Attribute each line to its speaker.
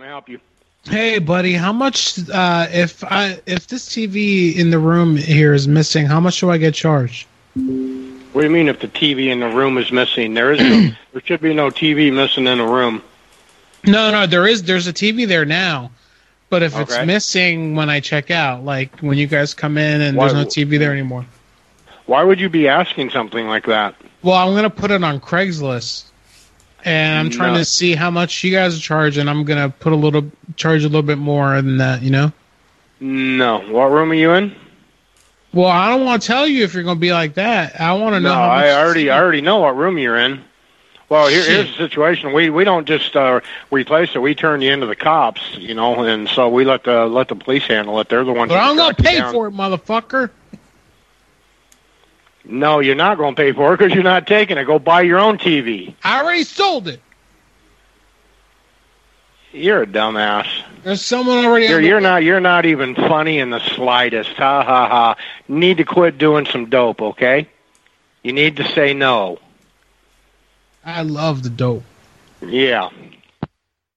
Speaker 1: I help you?
Speaker 2: Hey, buddy, how much? Uh, if I if this TV in the room here is missing, how much do I get charged?
Speaker 1: What do you mean if the TV in the room is missing? There is no, there should be no TV missing in the room.
Speaker 2: No, no, there is. There's a TV there now, but if it's
Speaker 1: Okay.
Speaker 2: missing when I check out, like when you guys come in and
Speaker 1: Why
Speaker 2: there's no
Speaker 1: w-
Speaker 2: TV there anymore.
Speaker 1: Why would you be asking something like that?
Speaker 2: Well, I'm gonna put it on Craigslist, and I'm trying
Speaker 1: No.
Speaker 2: to see how much you guys are charging. I'm gonna put a little charge a little bit more than that, you know.
Speaker 1: No. What room are you in?
Speaker 2: Well, I don't want to tell you if you're gonna be like that. I want to
Speaker 1: No,
Speaker 2: know. how much
Speaker 1: I already I already know what room you're in. Well, here, here's the situation. We we don't just uh, replace it. We turn you into the cops, you know, and so we let the let the police handle it. They're the ones.
Speaker 2: But
Speaker 1: that
Speaker 2: I'm gonna
Speaker 1: track you
Speaker 2: pay
Speaker 1: down.
Speaker 2: for it, motherfucker.
Speaker 1: No, you're not going to pay for it because you're not taking it. Go buy your own TV.
Speaker 2: I already sold it.
Speaker 1: You're a dumbass.
Speaker 2: There's someone already.
Speaker 1: You're
Speaker 2: on the-
Speaker 1: you're not you're not even funny in the slightest. Ha ha ha. Need to quit doing some dope, okay? You need to say no.
Speaker 2: I love the dope.
Speaker 1: Yeah.